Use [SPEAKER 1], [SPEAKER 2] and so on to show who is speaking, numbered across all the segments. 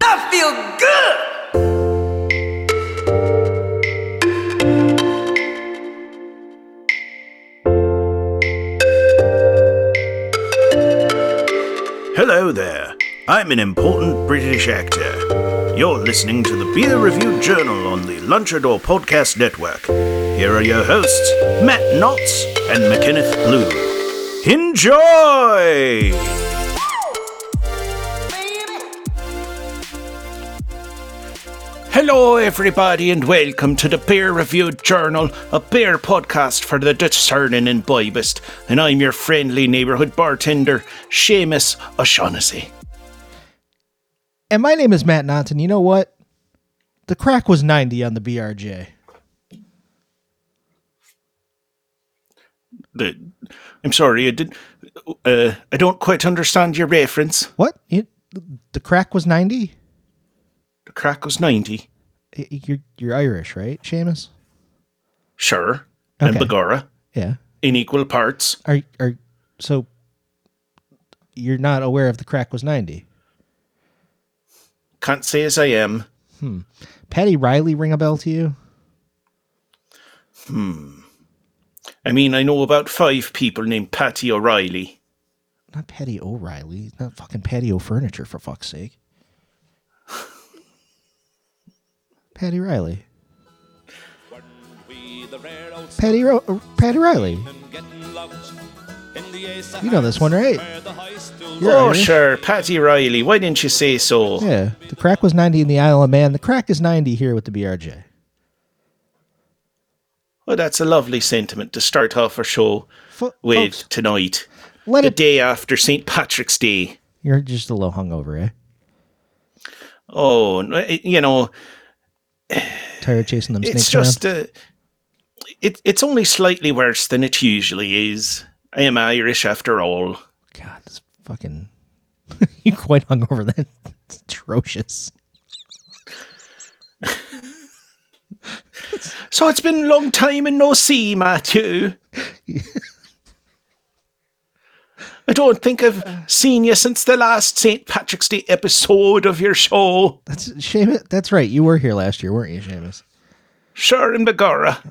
[SPEAKER 1] I feel good.
[SPEAKER 2] Hello there. I'm an important British actor. You're listening to the Beer Review Journal on the Lunchador Podcast Network. Here are your hosts, Matt Knotts and McKenneth Blue. Enjoy! Hello, everybody, and welcome to the Beer Review Journal, a beer podcast for the discerning and bibist. And I'm your friendly neighborhood bartender, Seamus O'Shaughnessy.
[SPEAKER 3] And my name is Matt Knotts, and you know what? The crack was 90 on the BRJ.
[SPEAKER 2] the I'm sorry, I did. Uh, I don't quite understand your reference.
[SPEAKER 3] What? You, the crack was 90?
[SPEAKER 2] The crack was ninety,
[SPEAKER 3] You're, you're Irish, right, Seamus?
[SPEAKER 2] sure, and
[SPEAKER 3] Okay.
[SPEAKER 2] Bagora
[SPEAKER 3] Yeah.
[SPEAKER 2] in equal parts.
[SPEAKER 3] Are, are So you're not aware of the crack was 90?
[SPEAKER 2] Can't say as I am.
[SPEAKER 3] Patty Riley ring a bell to you?
[SPEAKER 2] I mean, I know about five people named Patty O'Reilly.
[SPEAKER 3] Not Patty O'Reilly. Not fucking patio furniture, for fuck's sake. Patty Riley. Patty, Ro- Patty Riley. You know this one, right? You're
[SPEAKER 2] oh,
[SPEAKER 3] Irish.
[SPEAKER 2] sure, Patty O'Reilly. Why didn't you say so?
[SPEAKER 3] Yeah, the crack was 90 in the Isle of Man. The crack is 90 here with the BRJ.
[SPEAKER 2] Well, that's a lovely sentiment to start off our show
[SPEAKER 3] Fo-
[SPEAKER 2] with
[SPEAKER 3] folks,
[SPEAKER 2] tonight,
[SPEAKER 3] let
[SPEAKER 2] the
[SPEAKER 3] it.
[SPEAKER 2] day after St. Patrick's Day.
[SPEAKER 3] You're just a little hungover, eh?
[SPEAKER 2] Oh, n- it- you know,
[SPEAKER 3] Tired of chasing them snakes
[SPEAKER 2] it's just uh, it, it's only slightly worse than it usually is. I am Irish after all.
[SPEAKER 3] around. God, this fucking. you quite hungover then? It's atrocious.
[SPEAKER 2] So it's been a long time and no see, Matthew. I don't think I've seen you since the last St. Patrick's Day episode of your show.
[SPEAKER 3] That's Seamus. That's right. You were here last year, weren't you, Seamus?
[SPEAKER 2] Sure and Begorra.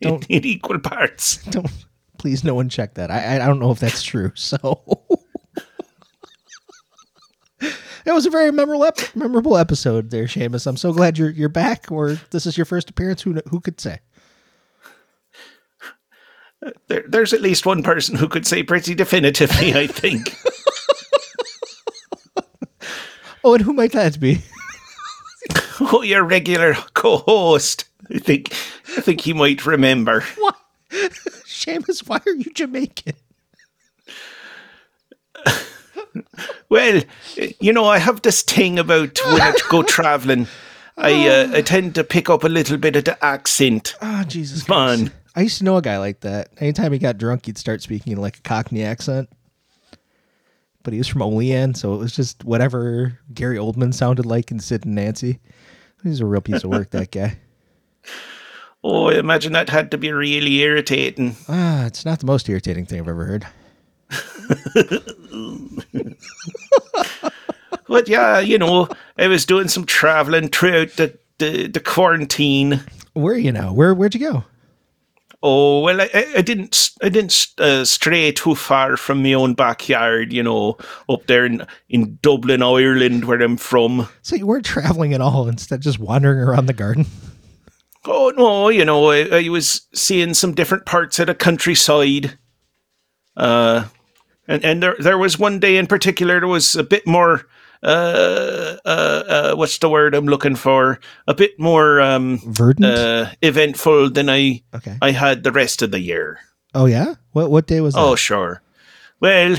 [SPEAKER 2] In,
[SPEAKER 3] Don't-
[SPEAKER 2] in equal parts.
[SPEAKER 3] Don't. Please, no one check that. I I I don't know if that's true. So. That was a very memorable ep- memorable episode there, Seamus. I'm so glad you're you're back. Or this is your first appearance. Who kn- who could say?
[SPEAKER 2] There, there's at least one person who could say pretty definitively, I think.
[SPEAKER 3] Oh, and who might that be?
[SPEAKER 2] oh, your regular co-host. I think I think he might remember.
[SPEAKER 3] Why? Seamus, why are you Jamaican?
[SPEAKER 2] Well, you know, I have this thing about when I go traveling, I uh, I tend to pick up a little bit of the accent.
[SPEAKER 3] Oh, Jesus
[SPEAKER 2] Come
[SPEAKER 3] Christ. I used to know a guy like that. Anytime he got drunk, he'd start speaking in like a Cockney accent. But he was from Olean, so it was just whatever Gary Oldman sounded like in Sid and Nancy. He's a real piece of work, that guy.
[SPEAKER 2] Oh, I imagine that had to be really irritating.
[SPEAKER 3] Ah, it's not the most irritating thing I've ever heard.
[SPEAKER 2] But yeah, you know, I was doing some traveling throughout the, the, the quarantine.
[SPEAKER 3] Where are you now? Where where'd you go?
[SPEAKER 2] Oh well, I- I, I didn't s- I didn't s- uh, stray too far from my own backyard, you know, up there in, in Dublin, Ireland, where I'm from.
[SPEAKER 3] So you weren't traveling at all, instead just wandering around the garden.
[SPEAKER 2] Oh no, you know, I, I was seeing some different parts of the countryside. Uh and, and there there was one day in particular there was a bit more uh uh, uh what's the word I'm looking for? A bit more um
[SPEAKER 3] Verdant?
[SPEAKER 2] uh eventful than I
[SPEAKER 3] okay.
[SPEAKER 2] I had the rest of the year.
[SPEAKER 3] oh yeah? What what day was that?
[SPEAKER 2] Oh sure. Well,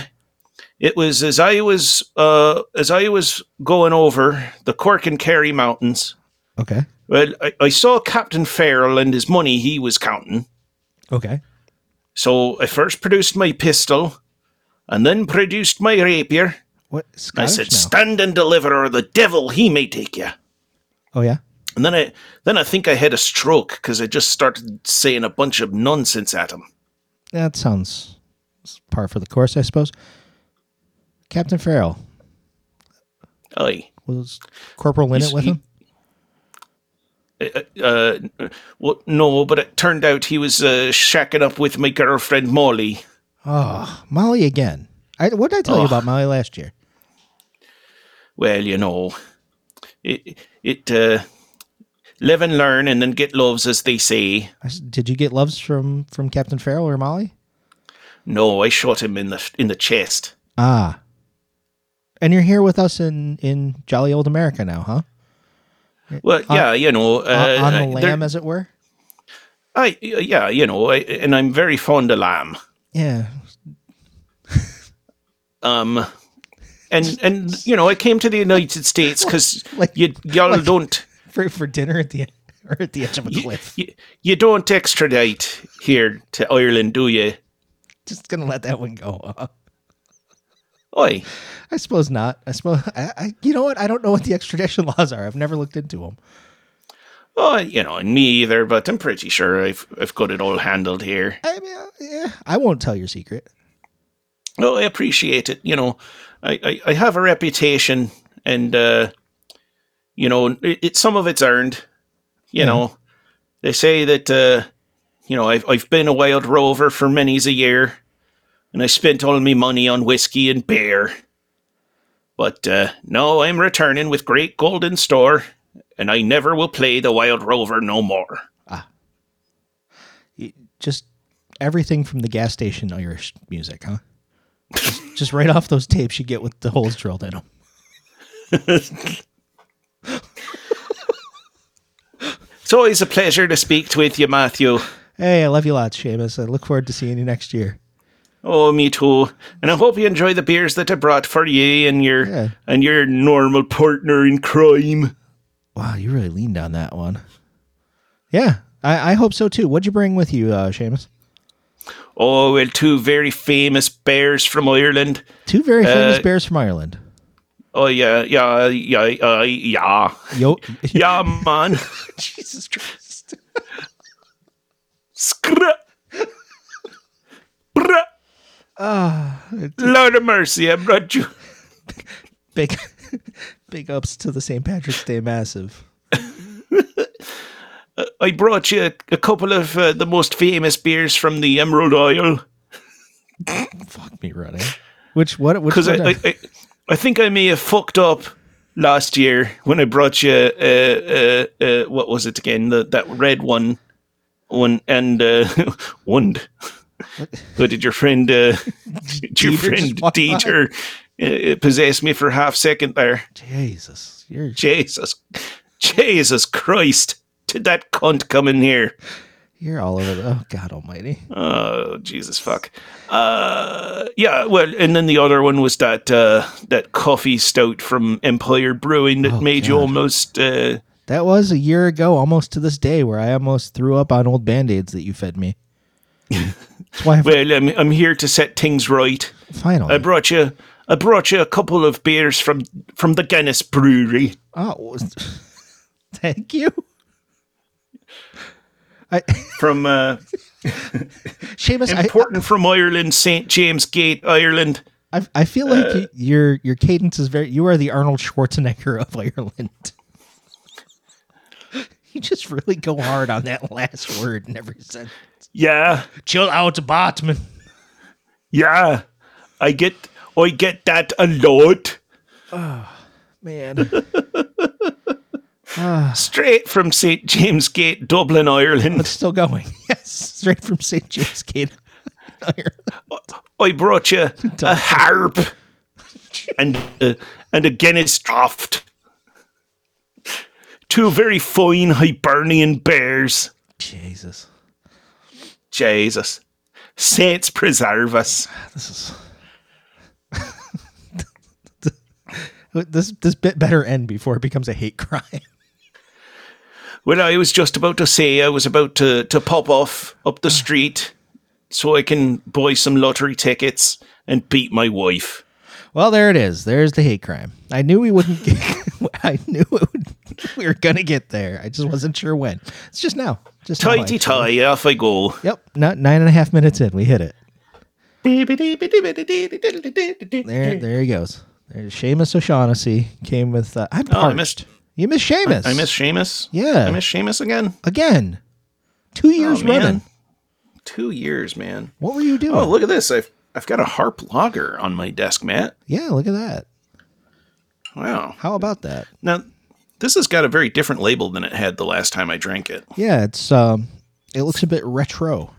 [SPEAKER 2] it was as I was uh, as I was going over the Cork and Kerry Mountains.
[SPEAKER 3] Okay.
[SPEAKER 2] Well, I, I saw Captain Farrell and his money he was counting.
[SPEAKER 3] Okay.
[SPEAKER 2] So I first produced my pistol, and then produced my rapier.
[SPEAKER 3] What?
[SPEAKER 2] I
[SPEAKER 3] Scottish
[SPEAKER 2] said,
[SPEAKER 3] now?
[SPEAKER 2] "Stand and deliver, or the devil he may take you."
[SPEAKER 3] oh yeah.
[SPEAKER 2] And then I then I think I had a stroke because I just started saying a bunch of nonsense at him.
[SPEAKER 3] That sounds par for the course, I suppose. Captain Farrell
[SPEAKER 2] Aye.
[SPEAKER 3] was Corporal Linnett
[SPEAKER 2] He's-
[SPEAKER 3] with
[SPEAKER 2] he-
[SPEAKER 3] him.
[SPEAKER 2] uh, well, no, but it turned out he was uh, shacking up with my girlfriend Molly.
[SPEAKER 3] Oh, Molly again. I, what did I tell you
[SPEAKER 2] Oh.
[SPEAKER 3] about Molly last year?
[SPEAKER 2] Well, you know, it it uh, live and learn, and then get loves, as they say.
[SPEAKER 3] I s did you get loves from from Captain Farrell or Molly?
[SPEAKER 2] No, I shot him in the in the chest.
[SPEAKER 3] Ah, and you're here with us in in jolly old America now, huh?
[SPEAKER 2] Well, yeah, you know, uh,
[SPEAKER 3] Uh, On- on the
[SPEAKER 2] I- there-
[SPEAKER 3] lamb, as it were.
[SPEAKER 2] I yeah, you know, I, and I'm very fond of lamb.
[SPEAKER 3] Yeah,
[SPEAKER 2] Um, and and you know, I came to the United States because
[SPEAKER 3] Like-
[SPEAKER 2] you y'all
[SPEAKER 3] like-
[SPEAKER 2] don't
[SPEAKER 3] for for dinner at the or at the edge of a cliff.
[SPEAKER 2] you, you don't extradite here to Ireland, do you?
[SPEAKER 3] Just gonna let that one go.
[SPEAKER 2] Oi.
[SPEAKER 3] I suppose not. I suppose I, I. You know what? I don't know what the extradition laws are. I've never looked into them.
[SPEAKER 2] Oh, you know, me either, but I'm pretty sure I've I've got it all handled here.
[SPEAKER 3] I mean, uh, yeah, I won't tell your secret.
[SPEAKER 2] Oh, I appreciate it. You know, I, I, I have a reputation, and uh, you know, it, it some of it's earned. You know, they say that uh, you know I've I've been a wild rover for many's a year, and I spent all my money on whiskey and beer. But uh, no, I'm returning with great golden store, and I never will play the wild rover no more.
[SPEAKER 3] You- Just everything from the gas station Irish music, huh? just, just right off those tapes you get with the holes drilled in them.
[SPEAKER 2] It's always a pleasure to speak with you, Matthew.
[SPEAKER 3] Hey, I love you lots, Seamus. I look forward to seeing you next year.
[SPEAKER 2] Oh, me too. And I hope you enjoy the beers that I brought for you and your
[SPEAKER 3] Yeah.
[SPEAKER 2] and your normal partner in crime.
[SPEAKER 3] Wow, you really leaned on that one. Yeah, I, I hope so too. What'd you bring with you, uh, Seamus?
[SPEAKER 2] Oh, well, two very famous bears from Ireland.
[SPEAKER 3] Two very famous
[SPEAKER 2] Uh,
[SPEAKER 3] bears from Ireland.
[SPEAKER 2] Oh yeah, yeah, yeah, uh, yeah,
[SPEAKER 3] Yo,
[SPEAKER 2] yeah, man.
[SPEAKER 3] Jesus Christ.
[SPEAKER 2] Scra- Bra- Lord of mercy, I brought you.
[SPEAKER 3] Big, big ups to the St. Patrick's Day Massive.
[SPEAKER 2] I brought you a, a couple of uh, the most famous beers from the Emerald Isle.
[SPEAKER 3] Fuck me running. Which what? Which
[SPEAKER 2] because
[SPEAKER 3] one
[SPEAKER 2] I, I,
[SPEAKER 3] are-
[SPEAKER 2] I, I think I may have fucked up last year when I brought you uh, uh, uh, what was it again the, that red one one and uh, one who did your friend uh, did your
[SPEAKER 3] Dieter just
[SPEAKER 2] friend
[SPEAKER 3] walked by?
[SPEAKER 2] Dieter uh, possess me for a half second there
[SPEAKER 3] Jesus, you're
[SPEAKER 2] Jesus Jesus Christ did that cunt come in here
[SPEAKER 3] you're all over the. Oh God Almighty.
[SPEAKER 2] Oh Jesus fuck. Uh, yeah, well, and then the other one was that uh, that coffee stout from Empire Brewing that
[SPEAKER 3] Oh,
[SPEAKER 2] made you
[SPEAKER 3] God.
[SPEAKER 2] almost. Uh,
[SPEAKER 3] That was a year ago, almost to this day, where I almost threw up on old band aids that you fed me. That's why I
[SPEAKER 2] well, I'm I'm here to set things right.
[SPEAKER 3] finally.
[SPEAKER 2] I brought you I brought you a couple of beers from from the Guinness Brewery.
[SPEAKER 3] oh, was- thank you. I,
[SPEAKER 2] From uh,
[SPEAKER 3] Seamus, I,
[SPEAKER 2] important from Ireland, St James Gate, Ireland.
[SPEAKER 3] I, I feel like y your your cadence is very. You are the Arnold Schwarzenegger of Ireland. you just really go hard on that last word in every sentence.
[SPEAKER 2] Yeah,
[SPEAKER 3] Chill out, Batman.
[SPEAKER 2] yeah. I get I get that a lot.
[SPEAKER 3] Man,
[SPEAKER 2] Straight from St James Gate, Dublin, Ireland.
[SPEAKER 3] still going. Yes, straight from St. James Gate.
[SPEAKER 2] I brought you a harp and a, and a Guinness draft. Two very fine Hibernian bears.
[SPEAKER 3] Jesus,
[SPEAKER 2] Jesus. Saints preserve us.
[SPEAKER 3] this is This this bit better end before it becomes a hate crime.
[SPEAKER 2] Well, I was just about to say I was about to, to pop off up the street so I can buy some lottery tickets and beat my wife.
[SPEAKER 3] Well, there it is. There's the hate crime. I knew we wouldn't. Get, I knew it would, we were gonna get there. I just wasn't sure when. It's just now. Just now,
[SPEAKER 2] Tighty
[SPEAKER 3] actually.
[SPEAKER 2] tie, off I go.
[SPEAKER 3] Yep. Not nine and a half minutes in, we hit it. There,
[SPEAKER 2] There,
[SPEAKER 3] there he goes. There's Seamus O'Shaughnessy came with. Uh, I'm
[SPEAKER 2] Oh, I
[SPEAKER 3] parched.
[SPEAKER 2] missed.
[SPEAKER 3] You missed Seamus.
[SPEAKER 2] I miss Seamus.
[SPEAKER 3] Yeah.
[SPEAKER 2] I miss Seamus again.
[SPEAKER 3] again. Two years
[SPEAKER 2] Oh, man.
[SPEAKER 3] running.
[SPEAKER 2] Two years, man.
[SPEAKER 3] What were you doing?
[SPEAKER 2] Oh, look at this. I've I've got a harp lager on my desk, Matt.
[SPEAKER 3] yeah, look at that.
[SPEAKER 2] Wow.
[SPEAKER 3] How about that?
[SPEAKER 2] Now this has got a very different label than it had the last time I drank it.
[SPEAKER 3] Yeah, it's um, it looks a bit retro.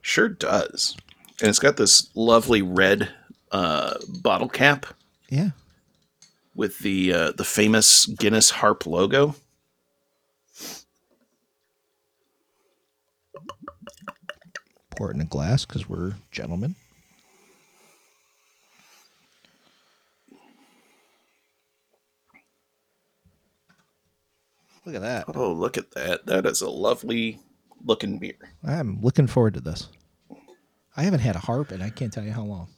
[SPEAKER 2] Sure does. And it's got this lovely red uh, bottle cap
[SPEAKER 3] Yeah,
[SPEAKER 2] with the uh, the famous Guinness harp logo.
[SPEAKER 3] pour it in a glass because we're gentlemen. Look at that.
[SPEAKER 2] Oh, look at that. That is a lovely looking beer.
[SPEAKER 3] I'm looking forward to this. I haven't had a harp, and I can't tell you how long.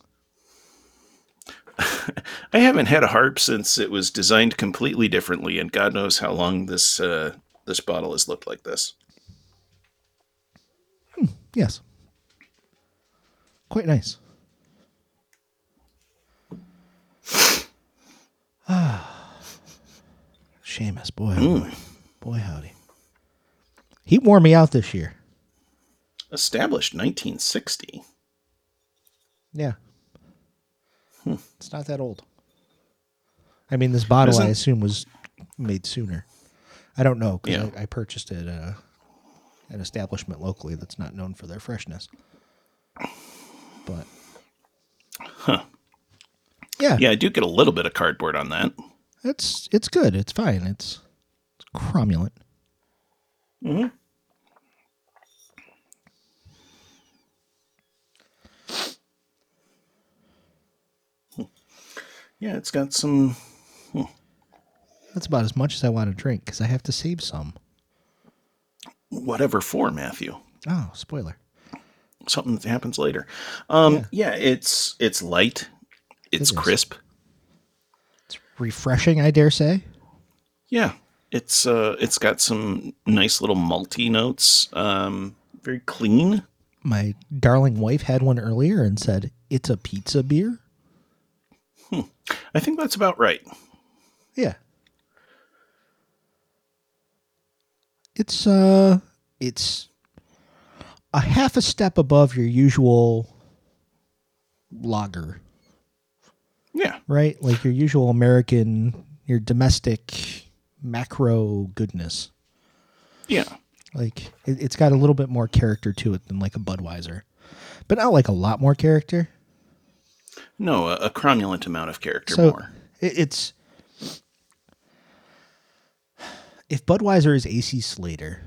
[SPEAKER 2] I haven't had a harp since it was designed completely differently, and God knows how long this uh, this bottle has looked like this.
[SPEAKER 3] Yes. Quite nice. Ah, Seamus, boy, oh boy, boy, howdy. He wore me out this year.
[SPEAKER 2] Established 1960.
[SPEAKER 3] Yeah.
[SPEAKER 2] Hmm.
[SPEAKER 3] It's not that old. I mean, this bottle, I
[SPEAKER 2] Isn't-
[SPEAKER 3] assume, was made sooner. I don't know because
[SPEAKER 2] Yeah.
[SPEAKER 3] I, I purchased it at a, an establishment locally that's not known for their freshness. But. Yeah,
[SPEAKER 2] Yeah, I do get a little bit of cardboard on that.
[SPEAKER 3] it's it's good. It's fine. It's, it's cromulent.
[SPEAKER 2] Yeah, it's got some.
[SPEAKER 3] That's about as much as I want to drink because I have to save some.
[SPEAKER 2] whatever for Matthew.
[SPEAKER 3] Oh, spoiler.
[SPEAKER 2] Something that happens later. Um, yeah. it's it's light, it's
[SPEAKER 3] is.
[SPEAKER 2] crisp.
[SPEAKER 3] It's refreshing, I dare say.
[SPEAKER 2] Yeah, it's uh, it's got some nice little malty notes. Um, very clean.
[SPEAKER 3] My darling wife had one earlier and said it's a pizza beer.
[SPEAKER 2] I think that's about right.
[SPEAKER 3] Yeah. It's uh it's a half a step above your usual lager,
[SPEAKER 2] Yeah,
[SPEAKER 3] right? Like your usual American, your domestic macro goodness.
[SPEAKER 2] yeah.
[SPEAKER 3] Like it, it's got a little bit more character to it than like a Budweiser. But not like a lot more character.
[SPEAKER 2] No, a, a cromulent amount of character more.
[SPEAKER 3] it- it's if Budweiser is AC Slater,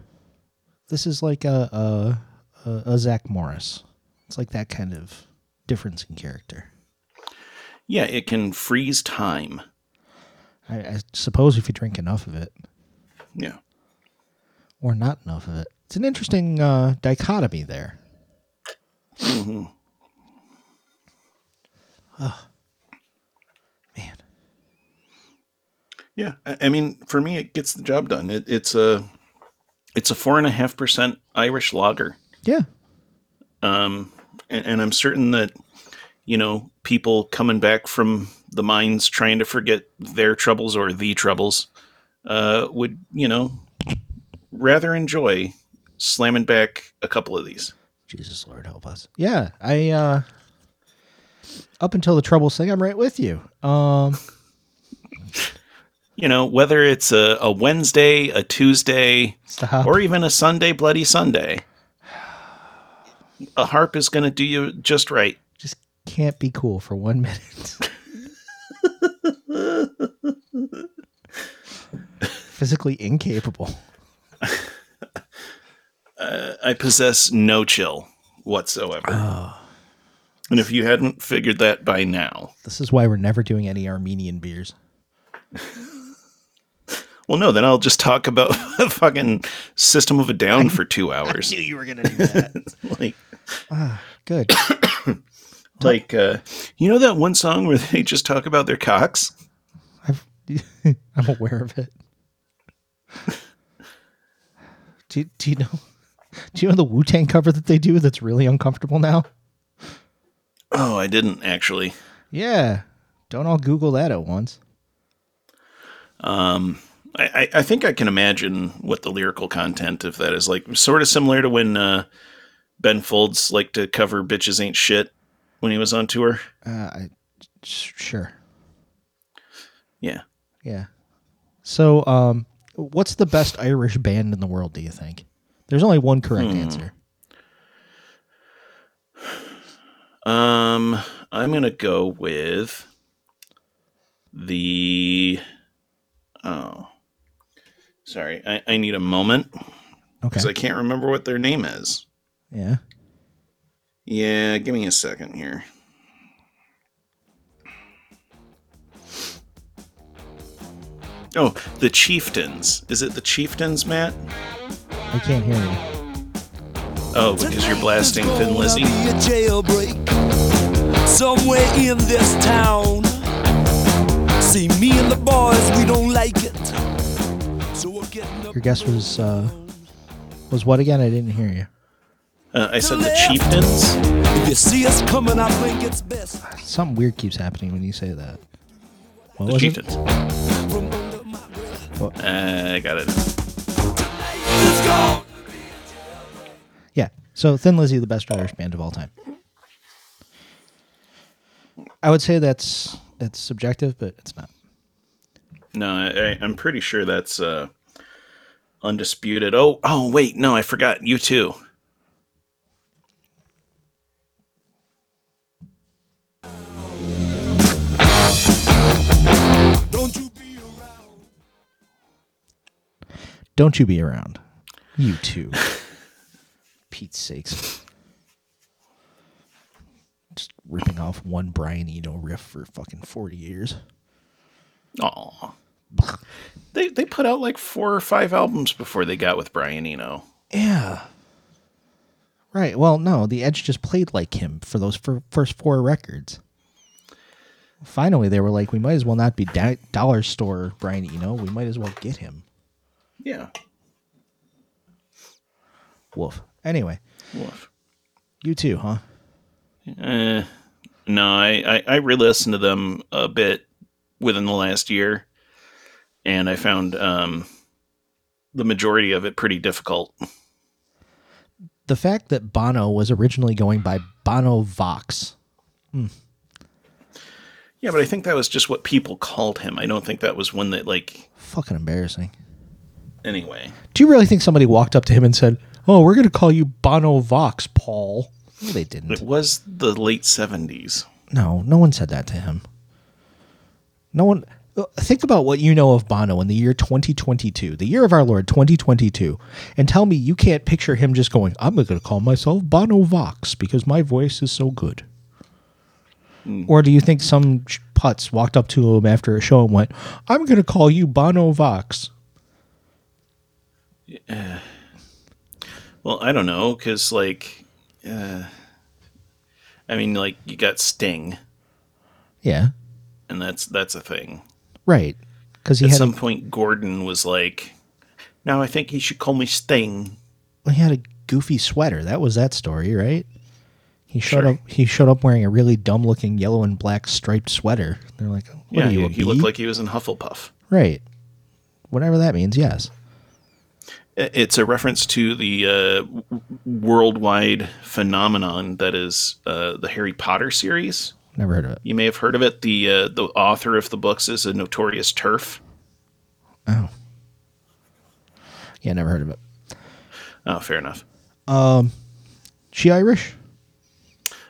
[SPEAKER 3] this is like a a, a a Zach Morris. It's like that kind of difference in character.
[SPEAKER 2] Yeah, it can freeze time.
[SPEAKER 3] I, I suppose if you drink enough of it
[SPEAKER 2] Yeah,
[SPEAKER 3] or not enough of it, it's an interesting uh, dichotomy there. Oh man,
[SPEAKER 2] yeah. I, I mean, for me, it gets the job done. It, it's a it's a four and a half percent Irish lager.
[SPEAKER 3] yeah,
[SPEAKER 2] um, and, and I'm certain that you know people coming back from the mines trying to forget their troubles or the troubles uh, would you know rather enjoy slamming back a couple of these.
[SPEAKER 3] Jesus Lord help us. Yeah, I uh up until the troubles thing, I'm right with you. Um
[SPEAKER 2] You know whether it's a, a Wednesday, a Tuesday,
[SPEAKER 3] stop.
[SPEAKER 2] or even a Sunday, bloody Sunday. A harp is going to do you just right.
[SPEAKER 3] just can't be cool for one minute. Physically incapable.
[SPEAKER 2] I possess
[SPEAKER 3] Oh.
[SPEAKER 2] no chill whatsoever. And if you hadn't figured that by now,
[SPEAKER 3] This is why we're never doing any Armenian beers.
[SPEAKER 2] Well, no, then I'll just talk about fucking System of a Down for two hours.
[SPEAKER 3] you were gonna do that.
[SPEAKER 2] like,
[SPEAKER 3] Ah, Good.
[SPEAKER 2] like uh, you know that one song where they just talk about their cocks?
[SPEAKER 3] I've, I'm aware of it. Do, do you know? Do you know the Wu Tang cover that they do that's really uncomfortable now?
[SPEAKER 2] Oh, I didn't actually.
[SPEAKER 3] Yeah. Don't all Google that at once.
[SPEAKER 2] I, I I think I can imagine what the lyrical content of that is like. Sort of similar to when uh, Ben Folds liked to cover "Bitches Ain't Shit" when he was on tour.
[SPEAKER 3] Uh, I, s- sure.
[SPEAKER 2] Yeah,
[SPEAKER 3] Yeah. So, um, what's the best Irish band in the world? Do you think? There's only one correct answer.
[SPEAKER 2] Um, I'm gonna go with the. Oh, sorry. I, I need a moment
[SPEAKER 3] Okay.
[SPEAKER 2] because I can't remember what their name is.
[SPEAKER 3] yeah.
[SPEAKER 2] Yeah, give me a second here. Oh, the Chieftains. Is it the Chieftains, Matt?
[SPEAKER 3] I can't hear you.
[SPEAKER 2] Oh, because you're blasting Thin Lizzy.
[SPEAKER 4] Be a jailbreak somewhere in this town. See, me and the boys, we don't like it. So we're getting up
[SPEAKER 3] Your guess was uh, was what again? I didn't hear you.
[SPEAKER 2] Uh, I said the Chieftains.
[SPEAKER 4] If you see us coming, I think it's best.
[SPEAKER 3] Something weird keeps happening when you say that. What
[SPEAKER 2] The
[SPEAKER 3] was it?
[SPEAKER 2] Chieftains.
[SPEAKER 4] From under my breath.
[SPEAKER 2] Uh, I got it.
[SPEAKER 4] Let's go!
[SPEAKER 3] Yeah. So Thin Lizzy, the best Irish band of all time. I would say that's that's subjective, but it's not.
[SPEAKER 2] No, I, I- I'm pretty sure that's uh, undisputed. Oh, oh, wait, no, I forgot. You too.
[SPEAKER 4] Don't you be around.
[SPEAKER 3] Don't you be around. You too. Pete's sakes. Just ripping off one Brian Eno riff for fucking 40 years.
[SPEAKER 2] Aw. They they put out like four or five albums before they got with Brian Eno.
[SPEAKER 3] Yeah. Right. Well, no, The Edge just played like him for those fir- first four records. Finally, they were like, we might as well not be da- dollar store Brian Eno. We might as well get him.
[SPEAKER 2] Yeah.
[SPEAKER 3] Wolf. Anyway,
[SPEAKER 2] Woof.
[SPEAKER 3] you too, huh?
[SPEAKER 2] Uh, no, I, I, I re listened to them a bit within the last year, and I found um, the majority of it pretty difficult.
[SPEAKER 3] The fact that Bono was originally going by Bono Vox.
[SPEAKER 2] Yeah, but I think that was just what people called him. I don't think that was one that, like,
[SPEAKER 3] Fucking embarrassing.
[SPEAKER 2] anyway.
[SPEAKER 3] Do you really think somebody walked up to him and said, "Oh, we're going to call you Bono Vox, Paul"? No, they
[SPEAKER 2] It
[SPEAKER 3] didn't.
[SPEAKER 2] was the late 70s.
[SPEAKER 3] No, no one said that to him. No one. uh, Think about what you know of Bono in the year 2022, the year of our Lord 2022, and tell me you can't picture him just going, "I'm going to call myself Bono Vox because my voice is so good." Or do you think some ch- putz walked up to him after a show and went, "I'm going to call you Bono Vox"?
[SPEAKER 2] Well, I don't know, because, like, uh, I mean, like, you got Sting,
[SPEAKER 3] Yeah,
[SPEAKER 2] and that's that's a thing.
[SPEAKER 3] right. Because he
[SPEAKER 2] At
[SPEAKER 3] had a-
[SPEAKER 2] some point, Gordon was like, now I think he should call me Sting.
[SPEAKER 3] Well, he had a goofy sweater. That was that story, right? He showed
[SPEAKER 2] Sure.
[SPEAKER 3] up. He showed up wearing a really dumb-looking yellow and black striped sweater. They're like, "What
[SPEAKER 2] yeah,
[SPEAKER 3] are you,
[SPEAKER 2] he,
[SPEAKER 3] a
[SPEAKER 2] he looked
[SPEAKER 3] bee?"
[SPEAKER 2] like he was in Hufflepuff.
[SPEAKER 3] right, whatever that means." Yes,
[SPEAKER 2] I- It's a reference to the uh, w- w- worldwide phenomenon that is uh, the Harry Potter series.
[SPEAKER 3] never heard of it.
[SPEAKER 2] You may have heard of it. The uh, the author of the books is a notorious turf.
[SPEAKER 3] Oh, yeah, never heard of it.
[SPEAKER 2] Oh, fair enough.
[SPEAKER 3] She Irish?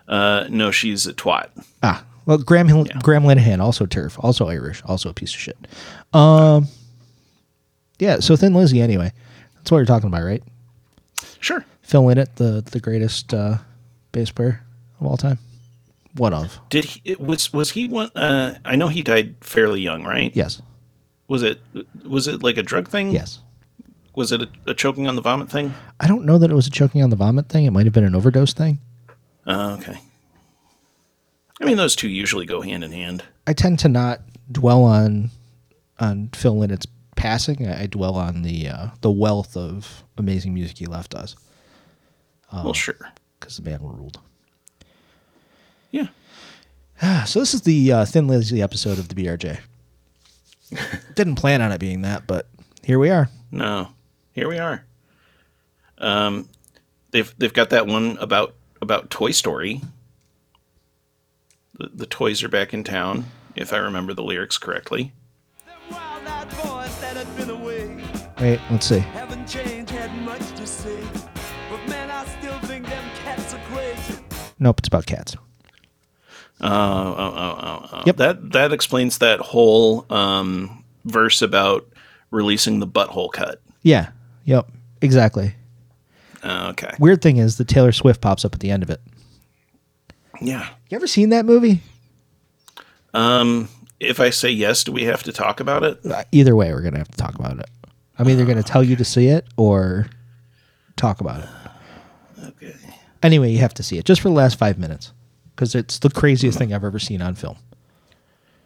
[SPEAKER 2] Uh, no, she's a twat.
[SPEAKER 3] Ah, well, Graham Hill Graham Linehan, also turf, also Irish, also a piece of shit. Um, yeah. So Thin Lizzy, anyway. That's what you're talking about, right?
[SPEAKER 2] Sure.
[SPEAKER 3] Phil Lynott, the the greatest uh, bass player of all time, What of?
[SPEAKER 2] Did he it was was he one? Uh, I know he died fairly young, right?
[SPEAKER 3] Yes.
[SPEAKER 2] Was it was it like a drug thing?
[SPEAKER 3] Yes.
[SPEAKER 2] Was it a, a choking on the vomit thing?
[SPEAKER 3] I don't know that it was a choking on the vomit thing. It might have been an overdose thing.
[SPEAKER 2] Uh, okay. I mean, those two usually go hand in hand.
[SPEAKER 3] I tend to not dwell on on Phil Lynott's passing. I, I dwell on the uh, the wealth of amazing music he left us Oh.
[SPEAKER 2] well, sure.
[SPEAKER 3] because the man ruled.
[SPEAKER 2] Yeah.
[SPEAKER 3] So this is the uh, Thin Lizzy episode of the BRJ. Didn't plan on it being that, but here we are.
[SPEAKER 2] No. Here we are. Um, they've they've got that one about about Toy Story. The, the toys are back in town, if I remember the lyrics correctly.
[SPEAKER 4] Wild-eyed boys that had been away
[SPEAKER 3] Wait, let's see.
[SPEAKER 4] haven't changed, had much to say. But man, I still think them cats are crazy.
[SPEAKER 3] Nope, it's about cats.
[SPEAKER 2] Oh, oh, oh, oh, oh.
[SPEAKER 3] Yep.
[SPEAKER 2] That that explains that whole um, verse about releasing the butthole cut.
[SPEAKER 3] Yeah. Yep. Exactly.
[SPEAKER 2] Uh, okay.
[SPEAKER 3] Weird thing is, the Taylor Swift pops up at the end of it.
[SPEAKER 2] Yeah.
[SPEAKER 3] You ever seen that movie?
[SPEAKER 2] If I say yes, do we have to talk about it?
[SPEAKER 3] Uh, Either way, we're gonna have to talk about it. I'm either gonna tell you to see it or talk about it.
[SPEAKER 2] Okay.
[SPEAKER 3] Anyway, you have to see it just for the last five minutes because it's the craziest thing I've ever seen on film.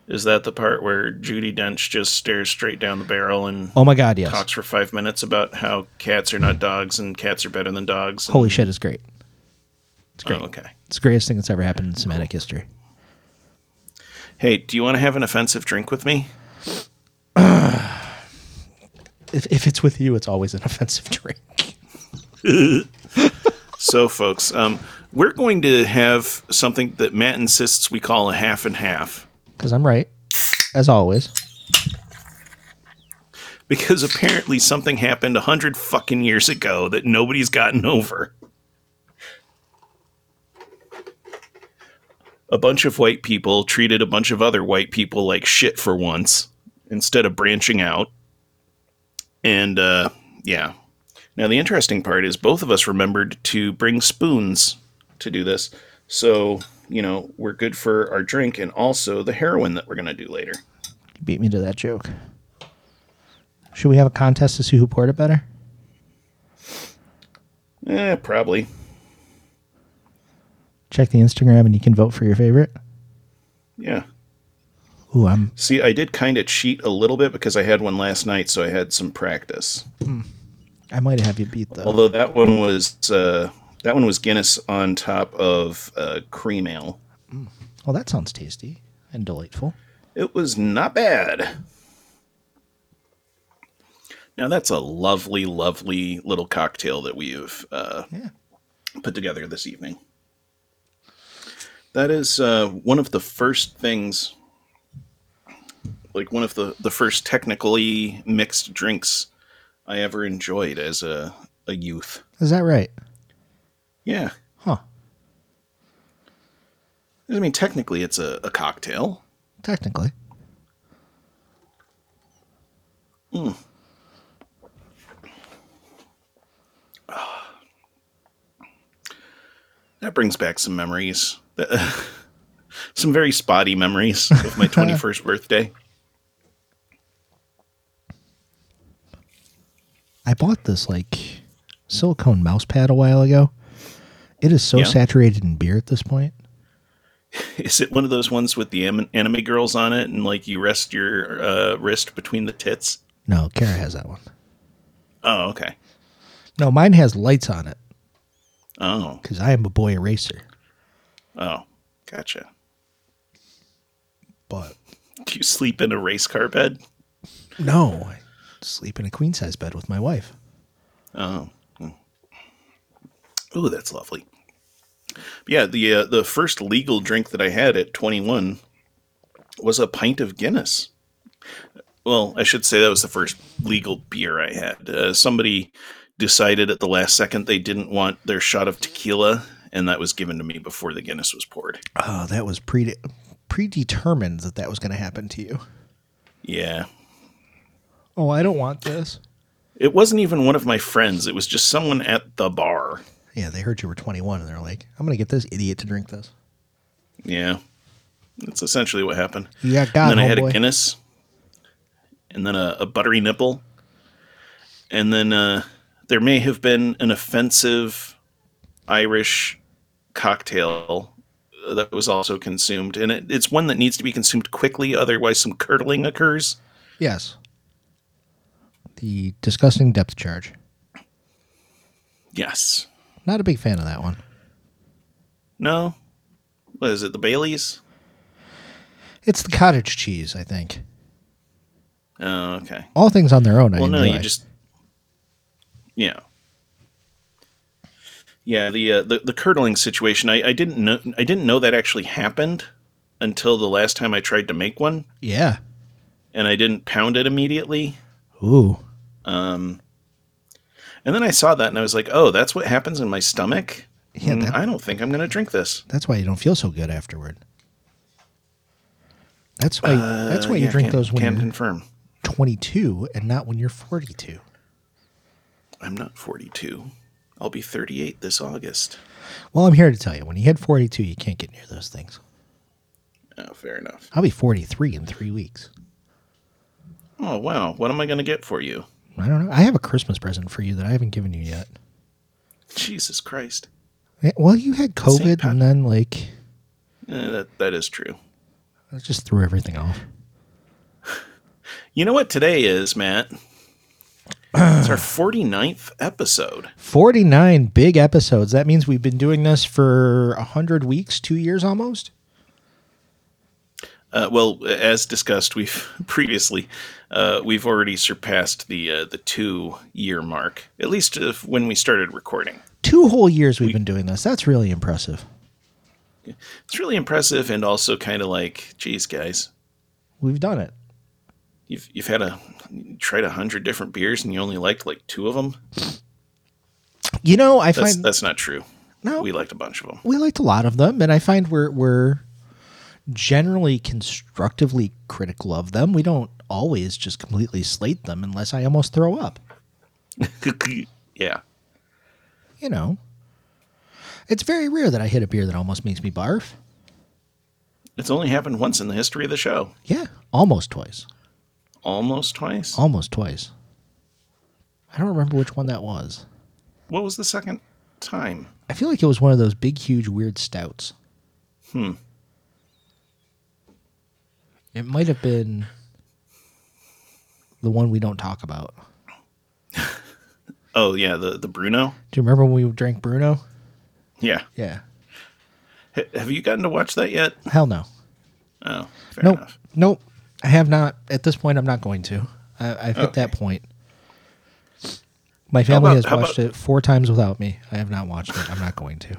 [SPEAKER 2] Is that the part where Judy Dench just stares straight down the barrel and
[SPEAKER 3] Oh my god, yes. Mm-hmm.
[SPEAKER 2] talks for five minutes about how cats are not dogs and cats are better than dogs? and-
[SPEAKER 3] Holy shit, it's great.
[SPEAKER 2] Oh, okay.
[SPEAKER 3] It's the greatest thing that's ever happened in Semitic history.
[SPEAKER 2] Hey, do you want to have an offensive drink with me?
[SPEAKER 3] If, if it's with you, it's always an offensive drink.
[SPEAKER 2] So, folks, um, we're going to have something that Matt insists we call a half and half
[SPEAKER 3] Because I'm right, as always.
[SPEAKER 2] because apparently something happened a hundred fucking years ago that nobody's gotten over. A bunch of white people treated a bunch of other white people like shit for once instead of branching out. And uh, yeah. Now, the interesting part is both of us remembered to bring spoons to do this. So, you know, we're good for our drink and also the heroin that we're going to do later.
[SPEAKER 3] You beat me to that joke. Should we have a contest to see who poured it better?
[SPEAKER 2] Eh, probably.
[SPEAKER 3] Check the Instagram and you can vote for your favorite.
[SPEAKER 2] Yeah.
[SPEAKER 3] Ooh, I'm
[SPEAKER 2] See, I did kind of cheat a little bit because I had one last night, so I had some practice.
[SPEAKER 3] I might have you beat though.
[SPEAKER 2] Although that one was uh, that one was Guinness on top of uh, cream ale.
[SPEAKER 3] Well, Oh, that sounds tasty and delightful.
[SPEAKER 2] It was not bad. Now that's a lovely, lovely little cocktail that we've uh,
[SPEAKER 3] Yeah.
[SPEAKER 2] put together this evening. That is uh, one of the first things, like one of the, the first technically mixed drinks I ever enjoyed as a, a youth.
[SPEAKER 3] Is that right?
[SPEAKER 2] Yeah.
[SPEAKER 3] Huh.
[SPEAKER 2] I mean, technically, it's a, a cocktail.
[SPEAKER 3] Technically.
[SPEAKER 2] That brings back some memories, some very spotty memories of my 21st birthday.
[SPEAKER 3] I bought this like silicone mouse pad a while ago. It is so
[SPEAKER 2] Yeah.
[SPEAKER 3] saturated in beer at this point.
[SPEAKER 2] Is it one of those ones with the am- anime girls on it and like you rest your uh, wrist between the tits?
[SPEAKER 3] No, Kara has that one.
[SPEAKER 2] Oh, okay.
[SPEAKER 3] No, mine has lights on it
[SPEAKER 2] Oh,
[SPEAKER 3] because I am a boy eraser.
[SPEAKER 2] oh, gotcha.
[SPEAKER 3] But
[SPEAKER 2] Do you sleep in a race car bed?
[SPEAKER 3] no, I sleep in a queen size bed with my wife.
[SPEAKER 2] Oh, oh, that's lovely. But yeah, the uh, the first legal drink that I had at 21 was a pint of Guinness. Well, I should say that was the first legal beer I had. Uh, somebody decided at the last second they didn't want their shot of tequila, and that was given to me before the Guinness was poured.
[SPEAKER 3] Oh, that was pre- predetermined that that was going to happen to you.
[SPEAKER 2] Yeah,
[SPEAKER 3] Oh, I don't want this.
[SPEAKER 2] it wasn't even one of my friends. It was just someone at the bar.
[SPEAKER 3] Yeah, they heard you were 21 and they're like, I'm going to get this idiot to drink this.
[SPEAKER 2] Yeah, that's essentially what happened.
[SPEAKER 3] Yeah, God,
[SPEAKER 2] and then I had
[SPEAKER 3] homeboy.
[SPEAKER 2] a Guinness, and then a, a buttery nipple, and then uh, there may have been an offensive Irish cocktail that was also consumed, and it, it's one that needs to be consumed quickly, otherwise some curdling occurs.
[SPEAKER 3] Yes. The disgusting depth charge.
[SPEAKER 2] Yes.
[SPEAKER 3] Not a big fan of that one.
[SPEAKER 2] No. What is it? The Baileys?
[SPEAKER 3] It's the cottage cheese, I think.
[SPEAKER 2] Oh, okay.
[SPEAKER 3] All things on their own. I
[SPEAKER 2] Well, no,
[SPEAKER 3] enjoy.
[SPEAKER 2] you just yeah, yeah. The uh, the the curdling situation. I, I didn't know. I didn't know that actually happened until the last time I tried to make one,
[SPEAKER 3] yeah.
[SPEAKER 2] and I didn't pound it immediately.
[SPEAKER 3] Ooh.
[SPEAKER 2] And then I saw that, and I was like, "Oh, that's what happens in my stomach."
[SPEAKER 3] Yeah,
[SPEAKER 2] Mm,
[SPEAKER 3] that-
[SPEAKER 2] I don't think I'm going to drink this.
[SPEAKER 3] That's why you don't feel so good afterward. That's why. that's why
[SPEAKER 2] Uh,
[SPEAKER 3] you
[SPEAKER 2] yeah,
[SPEAKER 3] drink
[SPEAKER 2] can't-
[SPEAKER 3] those when
[SPEAKER 2] Can't
[SPEAKER 3] you're
[SPEAKER 2] confirm.
[SPEAKER 3] 22 and not when you're 42.
[SPEAKER 2] I'm not 42. I'll be 38 this August.
[SPEAKER 3] Well, I'm here to tell you, when you hit 42, you can't get near those things.
[SPEAKER 2] Oh, fair enough.
[SPEAKER 3] I'll be 43 in three weeks.
[SPEAKER 2] Oh wow, what am I going to get for you?
[SPEAKER 3] I don't know. I have a Christmas present for you that I haven't given you yet.
[SPEAKER 2] Jesus Christ.
[SPEAKER 3] Yeah, Well, you had COVID
[SPEAKER 2] time.
[SPEAKER 3] and then like
[SPEAKER 2] Eh, that that is true.
[SPEAKER 3] I just threw everything off.
[SPEAKER 2] You know what today is, Matt? It's our 49th episode.
[SPEAKER 3] 49 big episodes. That means we've been doing this for 100 weeks, 2 years almost.
[SPEAKER 2] Uh, well, as discussed, we've previously uh, we've already surpassed the uh, the two year mark, at least uh, when we started recording.
[SPEAKER 3] Two whole years we've been doing this. That's really impressive.
[SPEAKER 2] It's really impressive, and also kind of like, geez, guys,
[SPEAKER 3] We've done it.
[SPEAKER 2] you've you've had a tried a hundred different beers, and you only liked like two of them.
[SPEAKER 3] You know, I
[SPEAKER 2] That's
[SPEAKER 3] find
[SPEAKER 2] that's not true.
[SPEAKER 3] No.
[SPEAKER 2] we liked a bunch of them.
[SPEAKER 3] we liked a lot of them and I find we're we're generally constructively critical of them. We don't always just completely slate them unless I almost throw up.
[SPEAKER 2] yeah,
[SPEAKER 3] you know, it's very rare that I hit a beer that almost makes me barf.
[SPEAKER 2] it's only happened once in the history of the show.
[SPEAKER 3] Yeah, almost twice.
[SPEAKER 2] Almost twice.
[SPEAKER 3] Almost twice. I don't remember which one that was.
[SPEAKER 2] What was the second time?
[SPEAKER 3] I feel like it was one of those big, huge, weird stouts. Hmm. It might have been the one we don't talk about.
[SPEAKER 2] Oh yeah, the the Bruno.
[SPEAKER 3] Do you remember when we drank Bruno?
[SPEAKER 2] Yeah.
[SPEAKER 3] Yeah.
[SPEAKER 2] H- have you gotten to watch that yet?
[SPEAKER 3] Hell no.
[SPEAKER 2] Oh, fair
[SPEAKER 3] Nope.
[SPEAKER 2] enough.
[SPEAKER 3] Nope. I have not. At this point, I'm not going to. I, I've hit that point. My family
[SPEAKER 2] about-
[SPEAKER 3] has
[SPEAKER 2] how
[SPEAKER 3] watched
[SPEAKER 2] about-
[SPEAKER 3] it four times without me. I have not watched it. I'm not going to.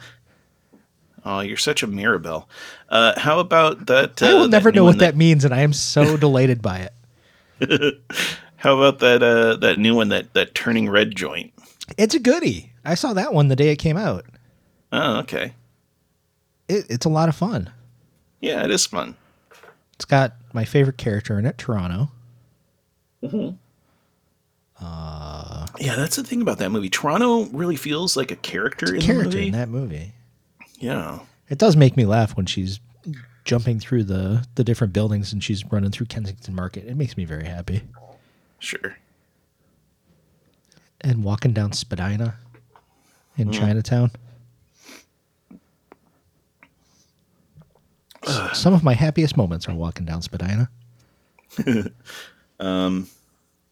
[SPEAKER 2] Oh, you're such a Mirabelle. Uh, how about that? Uh,
[SPEAKER 3] I will
[SPEAKER 2] that
[SPEAKER 3] never
[SPEAKER 2] new
[SPEAKER 3] know
[SPEAKER 2] one
[SPEAKER 3] what that, means, and I am so delighted by it.
[SPEAKER 2] How about that? Uh, that new one that that turning red joint.
[SPEAKER 3] It's a goodie. I saw that one the day it came out.
[SPEAKER 2] Oh, okay.
[SPEAKER 3] It, it's a lot of fun.
[SPEAKER 2] Yeah, it is fun.
[SPEAKER 3] It's got my favorite character in it, Toronto.
[SPEAKER 2] Yeah, that's the thing about that movie. Toronto really feels like a character in
[SPEAKER 3] Character
[SPEAKER 2] the movie.
[SPEAKER 3] in that movie.
[SPEAKER 2] Yeah.
[SPEAKER 3] It does make me laugh when she's jumping through the the different buildings and she's running through Kensington Market. It makes me very happy.
[SPEAKER 2] Sure.
[SPEAKER 3] and walking down Spadina in
[SPEAKER 2] Mm.
[SPEAKER 3] Chinatown. S- Some of my happiest moments are walking down Spadina.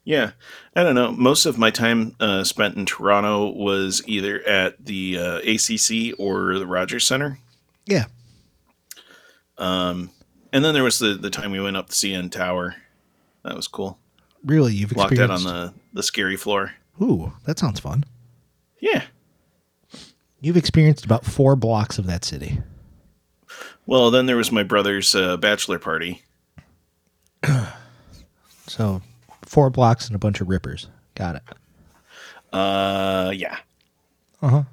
[SPEAKER 2] Yeah, I don't know. Most of my time uh, spent in Toronto was either at the uh, ACC or the Rogers Center.
[SPEAKER 3] Yeah.
[SPEAKER 2] And then there was the, the time we went up the CN Tower. That was cool.
[SPEAKER 3] Really, you've
[SPEAKER 2] Locked out on
[SPEAKER 3] experienced.
[SPEAKER 2] the, the scary floor.
[SPEAKER 3] Ooh, that sounds fun.
[SPEAKER 2] Yeah.
[SPEAKER 3] You've experienced about four blocks of that city.
[SPEAKER 2] Well, then there was my brother's uh, bachelor party.
[SPEAKER 3] So, four blocks and a bunch of rippers. Got it.
[SPEAKER 2] Uh, yeah.
[SPEAKER 3] Uh-huh.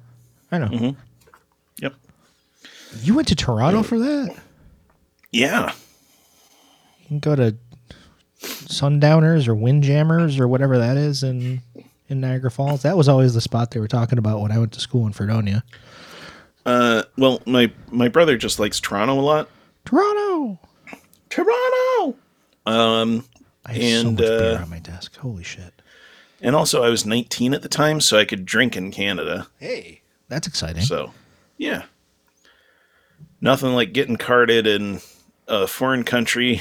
[SPEAKER 3] I know.
[SPEAKER 2] Mm-hmm. Yep.
[SPEAKER 3] You went to Toronto for that?
[SPEAKER 2] Yeah.
[SPEAKER 3] You can go to Sundowners or Windjammers or whatever that is in, in Niagara Falls. That was always the spot they were talking about when I went to school in Fredonia.
[SPEAKER 2] Uh, well, my my brother just likes Toronto a lot.
[SPEAKER 3] Toronto.
[SPEAKER 2] Toronto. Um,
[SPEAKER 3] I have so
[SPEAKER 2] And,
[SPEAKER 3] much beer
[SPEAKER 2] uh,
[SPEAKER 3] on my desk. Holy shit.
[SPEAKER 2] and also I was 19 at the time, so I could drink in Canada.
[SPEAKER 3] Hey. That's exciting.
[SPEAKER 2] So, yeah, nothing like getting carded in a foreign country,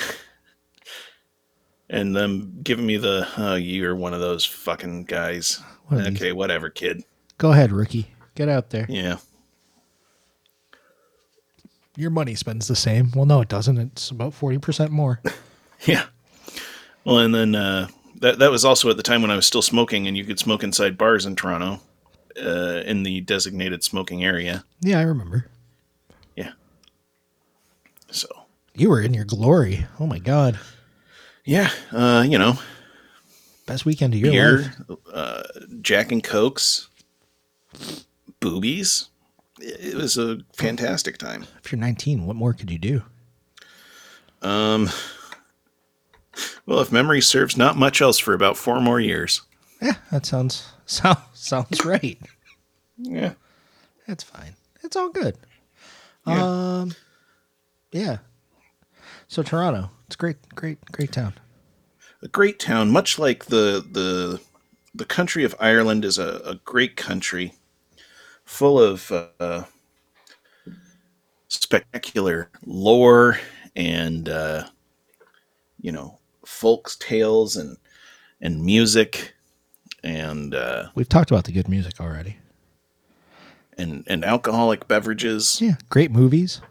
[SPEAKER 2] and them giving me the oh, you're one of those fucking guys.
[SPEAKER 3] One of these.
[SPEAKER 2] okay, whatever, kid.
[SPEAKER 3] Go ahead, rookie. Get out there.
[SPEAKER 2] Yeah.
[SPEAKER 3] Your money spends the same. Well, no, it doesn't. It's about 40% more.
[SPEAKER 2] Yeah. Well, and then uh, that that was also at the time when I was still smoking, and you could smoke inside bars in Toronto, uh, in the designated smoking area.
[SPEAKER 3] yeah, I remember.
[SPEAKER 2] Yeah. So
[SPEAKER 3] You were in your glory. Oh my God.
[SPEAKER 2] yeah, uh, you know,
[SPEAKER 3] Best weekend of your life.
[SPEAKER 2] beer, uh, Jack and Cokes, boobies. It it was a fantastic time.
[SPEAKER 3] If you're 19, what more could you do?
[SPEAKER 2] Um, well, if memory serves, not much else for about four more years.
[SPEAKER 3] Yeah, that sounds so, sounds right.
[SPEAKER 2] Yeah.
[SPEAKER 3] That's fine. It's all good.
[SPEAKER 2] Yeah.
[SPEAKER 3] Um, yeah. So Toronto, it's great, great, great town.
[SPEAKER 2] a great town, much like the the the country of Ireland is a, a great country, full of uh, spectacular lore and uh, you know folks tales and and music and uh,
[SPEAKER 3] We've talked about the good music already.
[SPEAKER 2] and and alcoholic beverages.
[SPEAKER 3] Yeah, great movies.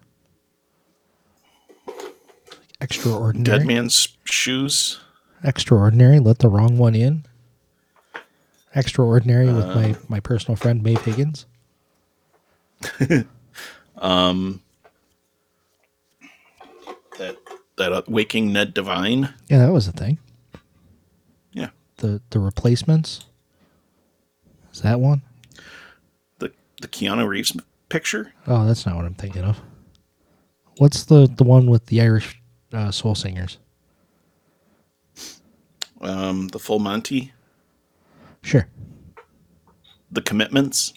[SPEAKER 3] Extraordinary. Mm-hmm.
[SPEAKER 2] Dead man's shoes.
[SPEAKER 3] Extraordinary. Let the wrong one in. Extraordinary with my my personal friend Maeve Higgins.
[SPEAKER 2] That that uh, waking Ned Divine.
[SPEAKER 3] Yeah, that was a thing.
[SPEAKER 2] Yeah.
[SPEAKER 3] The the replacements. Is that one?
[SPEAKER 2] The the Keanu Reeves picture.
[SPEAKER 3] Oh, that's not what I'm thinking of. What's the the one with the Irish uh, soul singers?
[SPEAKER 2] Um, the full Monty.
[SPEAKER 3] Sure.
[SPEAKER 2] The commitments.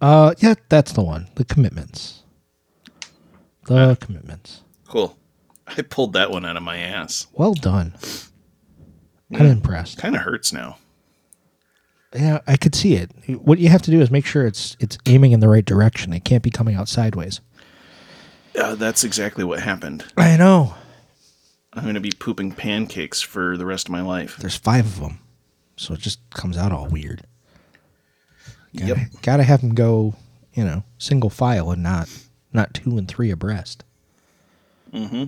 [SPEAKER 3] Uh, yeah, that's the one. The commitments. The commitments.
[SPEAKER 2] Cool. I pulled that one out of my ass.
[SPEAKER 3] Well done. I'm impressed.
[SPEAKER 2] Kind of hurts now.
[SPEAKER 3] Yeah, I could see it. What you have to do is make sure it's it's aiming in the right direction. It can't be coming out sideways.
[SPEAKER 2] Uh, that's exactly what happened.
[SPEAKER 3] I know.
[SPEAKER 2] I'm going to be pooping pancakes for the rest of my life.
[SPEAKER 3] There's five of them, so it just comes out all weird.
[SPEAKER 2] Yep.
[SPEAKER 3] Got to have them go, you know, single file and not not two and three abreast. Mm-hmm.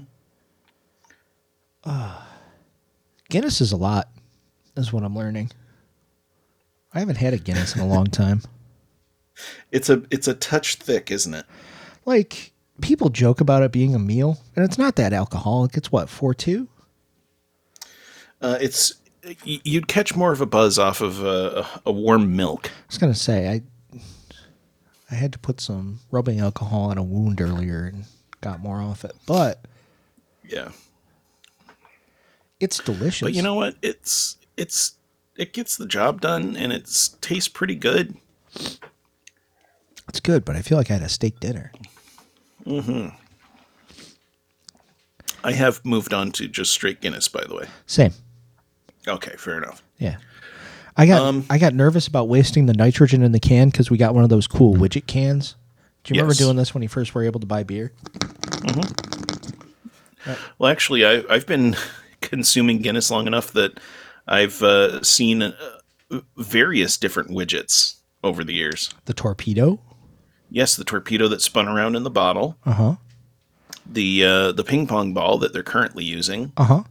[SPEAKER 2] Mm-hmm.
[SPEAKER 3] Guinness is a lot, is what I'm learning. I haven't had a Guinness in a long time.
[SPEAKER 2] It's a it's a touch thick, isn't it?
[SPEAKER 3] Like people joke about it being a meal, and it's not that alcoholic. It's what four two.
[SPEAKER 2] Uh, it's y- you'd catch more of a buzz off of a, a warm milk.
[SPEAKER 3] I was gonna say I I had to put some rubbing alcohol on a wound earlier and got more off it, but
[SPEAKER 2] Yeah.
[SPEAKER 3] it's delicious.
[SPEAKER 2] But you know what? It's it's it gets the job done and it's tastes pretty good.
[SPEAKER 3] it's good. But I feel like I had a steak dinner.
[SPEAKER 2] I have moved on to just straight Guinness, by the way.
[SPEAKER 3] Same.
[SPEAKER 2] Okay, fair enough.
[SPEAKER 3] Yeah. I got
[SPEAKER 2] Um,
[SPEAKER 3] I got nervous about wasting the nitrogen in the can because we got one of those cool widget cans. Do you remember
[SPEAKER 2] Yes.
[SPEAKER 3] doing this when you first were able to buy beer?
[SPEAKER 2] Well, actually, I, I've been consuming Guinness long enough that I've uh, seen uh, various different widgets over the years.
[SPEAKER 3] The torpedo.
[SPEAKER 2] Yes, the torpedo that spun around in the bottle,
[SPEAKER 3] Uh huh.
[SPEAKER 2] the uh, the ping pong ball that they're currently using,
[SPEAKER 3] Uh huh.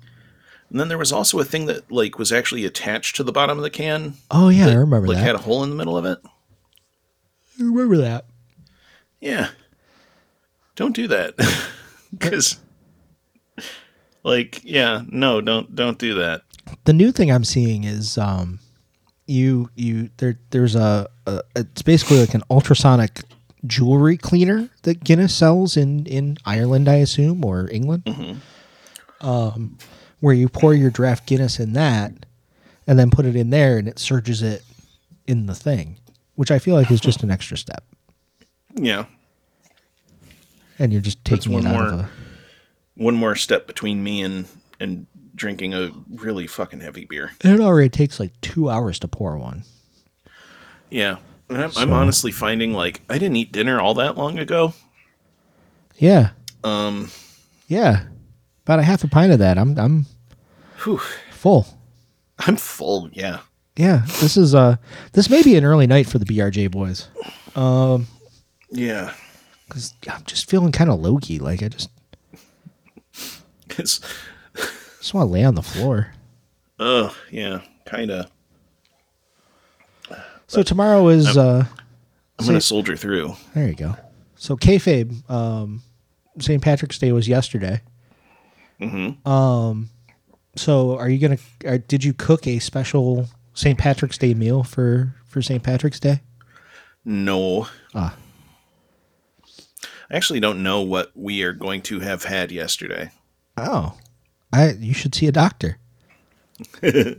[SPEAKER 2] and then there was also a thing that like was actually attached to the bottom of the can,
[SPEAKER 3] Oh yeah, I remember
[SPEAKER 2] like
[SPEAKER 3] that.
[SPEAKER 2] had a hole in the middle of it.
[SPEAKER 3] I remember that.
[SPEAKER 2] Yeah, don't do that because. Like yeah, no, don't don't do that.
[SPEAKER 3] the new thing I'm seeing is um, you you there there's a, a it's basically like an ultrasonic jewelry cleaner that Guinness sells in in Ireland, I assume, or England, um,
[SPEAKER 2] Mm-hmm.
[SPEAKER 3] where you pour your draft Guinness in that, and then put it in there, and it surges it in the thing. which I feel like is just an extra step.
[SPEAKER 2] Yeah.
[SPEAKER 3] And you're just taking
[SPEAKER 2] one
[SPEAKER 3] it out
[SPEAKER 2] more.
[SPEAKER 3] of a.
[SPEAKER 2] One more step between me and and drinking a really fucking heavy beer.
[SPEAKER 3] It already takes like two hours to pour one.
[SPEAKER 2] Yeah. And I'm, I'm honestly finding like I didn't eat dinner all that long ago.
[SPEAKER 3] Yeah,
[SPEAKER 2] Um,
[SPEAKER 3] yeah, about a half a pint of that. I'm I'm
[SPEAKER 2] whew,
[SPEAKER 3] full.
[SPEAKER 2] I'm full. Yeah.
[SPEAKER 3] Yeah, this is uh this may be an early night for the BRJ boys
[SPEAKER 2] Yeah.
[SPEAKER 3] because I'm just feeling kind of low key. Like I just
[SPEAKER 2] It's
[SPEAKER 3] just want to lay on the floor.
[SPEAKER 2] uh yeah, kind of.
[SPEAKER 3] So tomorrow is uh
[SPEAKER 2] I'm going to soldier through.
[SPEAKER 3] there you go. So kayfabe, um, St. Patrick's Day was yesterday.
[SPEAKER 2] Mm-hmm.
[SPEAKER 3] Um, so are you gonna? Are, did you cook a special St. Patrick's Day meal for for St. Patrick's Day?
[SPEAKER 2] No.
[SPEAKER 3] Ah.
[SPEAKER 2] I actually don't know what we are going to have had yesterday.
[SPEAKER 3] Oh, I you should see a doctor.
[SPEAKER 2] Yeah,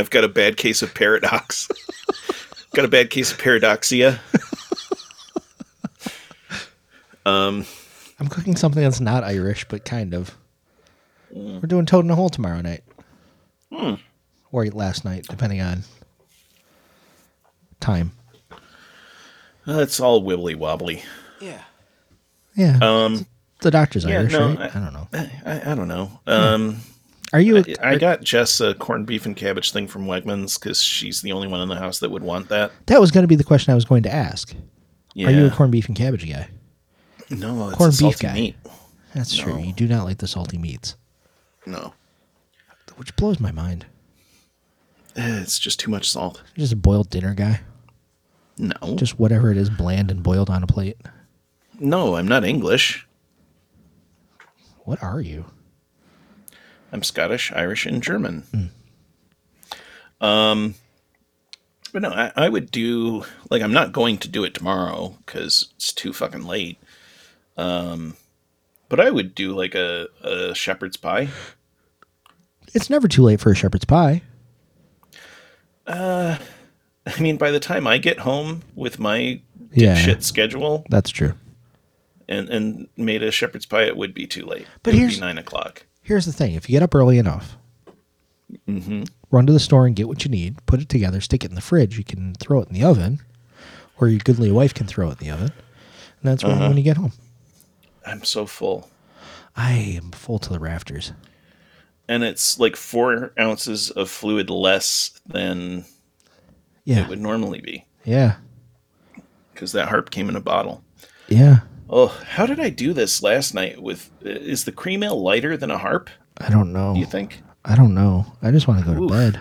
[SPEAKER 2] I've got a bad case of paradox. got a bad case of paradoxia.
[SPEAKER 3] I'm cooking something that's not Irish, but kind of. We're doing toad in a hole tomorrow night.
[SPEAKER 2] Hmm.
[SPEAKER 3] Or last night, depending on time.
[SPEAKER 2] Uh, it's all wibbly wobbly.
[SPEAKER 3] Yeah.
[SPEAKER 2] Um,
[SPEAKER 3] the doctor's
[SPEAKER 2] yeah,
[SPEAKER 3] Irish,
[SPEAKER 2] no,
[SPEAKER 3] right? I, don't know.
[SPEAKER 2] I, I, I don't know. Um,
[SPEAKER 3] Are you?
[SPEAKER 2] I got Jess a corned beef and cabbage thing from Wegmans because she's the only one in the house that would want that.
[SPEAKER 3] that was going to be the question I was going to ask.
[SPEAKER 2] Yeah.
[SPEAKER 3] Are you a corned beef and cabbage guy?
[SPEAKER 2] no,
[SPEAKER 3] corned
[SPEAKER 2] it's corned
[SPEAKER 3] beef
[SPEAKER 2] beef
[SPEAKER 3] guy?
[SPEAKER 2] meat.
[SPEAKER 3] That's true. You do not like the salty meats,
[SPEAKER 2] No,
[SPEAKER 3] which blows my mind.
[SPEAKER 2] Eh, it's just too much salt.
[SPEAKER 3] You're just a boiled dinner guy.
[SPEAKER 2] No,
[SPEAKER 3] Just whatever it is, bland and boiled on a plate.
[SPEAKER 2] no, I'm not English.
[SPEAKER 3] What are you?
[SPEAKER 2] I'm Scottish, Irish, and German. Um,
[SPEAKER 3] Hmm.
[SPEAKER 2] but no, I, I would do like I'm not going to do it tomorrow because it's too fucking late. Um, but I would do like a, a shepherd's pie.
[SPEAKER 3] It's never too late for a shepherd's pie.
[SPEAKER 2] I mean, by the time I get home with my
[SPEAKER 3] Yeah.
[SPEAKER 2] shit schedule
[SPEAKER 3] That's true.
[SPEAKER 2] and and made a shepherd's pie, it would be too late.
[SPEAKER 3] But
[SPEAKER 2] it would
[SPEAKER 3] here's-
[SPEAKER 2] be nine o'clock.
[SPEAKER 3] here's the thing if you get up early enough
[SPEAKER 2] Mm-hmm.
[SPEAKER 3] run to the store and get what you need put it together stick it in the fridge you can throw it in the oven or your goodly wife can throw it in the oven and that's when,
[SPEAKER 2] Uh-huh.
[SPEAKER 3] when you get home
[SPEAKER 2] I'm so full,
[SPEAKER 3] i am full to the rafters
[SPEAKER 2] and it's like four ounces of fluid less than
[SPEAKER 3] yeah
[SPEAKER 2] it would normally be.
[SPEAKER 3] yeah
[SPEAKER 2] because that harp came in a bottle.
[SPEAKER 3] yeah
[SPEAKER 2] Oh, how did I do this last night? With is the cream ale lighter than a harp?
[SPEAKER 3] i don't know
[SPEAKER 2] Do you think?
[SPEAKER 3] i don't know i just want to go to
[SPEAKER 2] Oof.
[SPEAKER 3] bed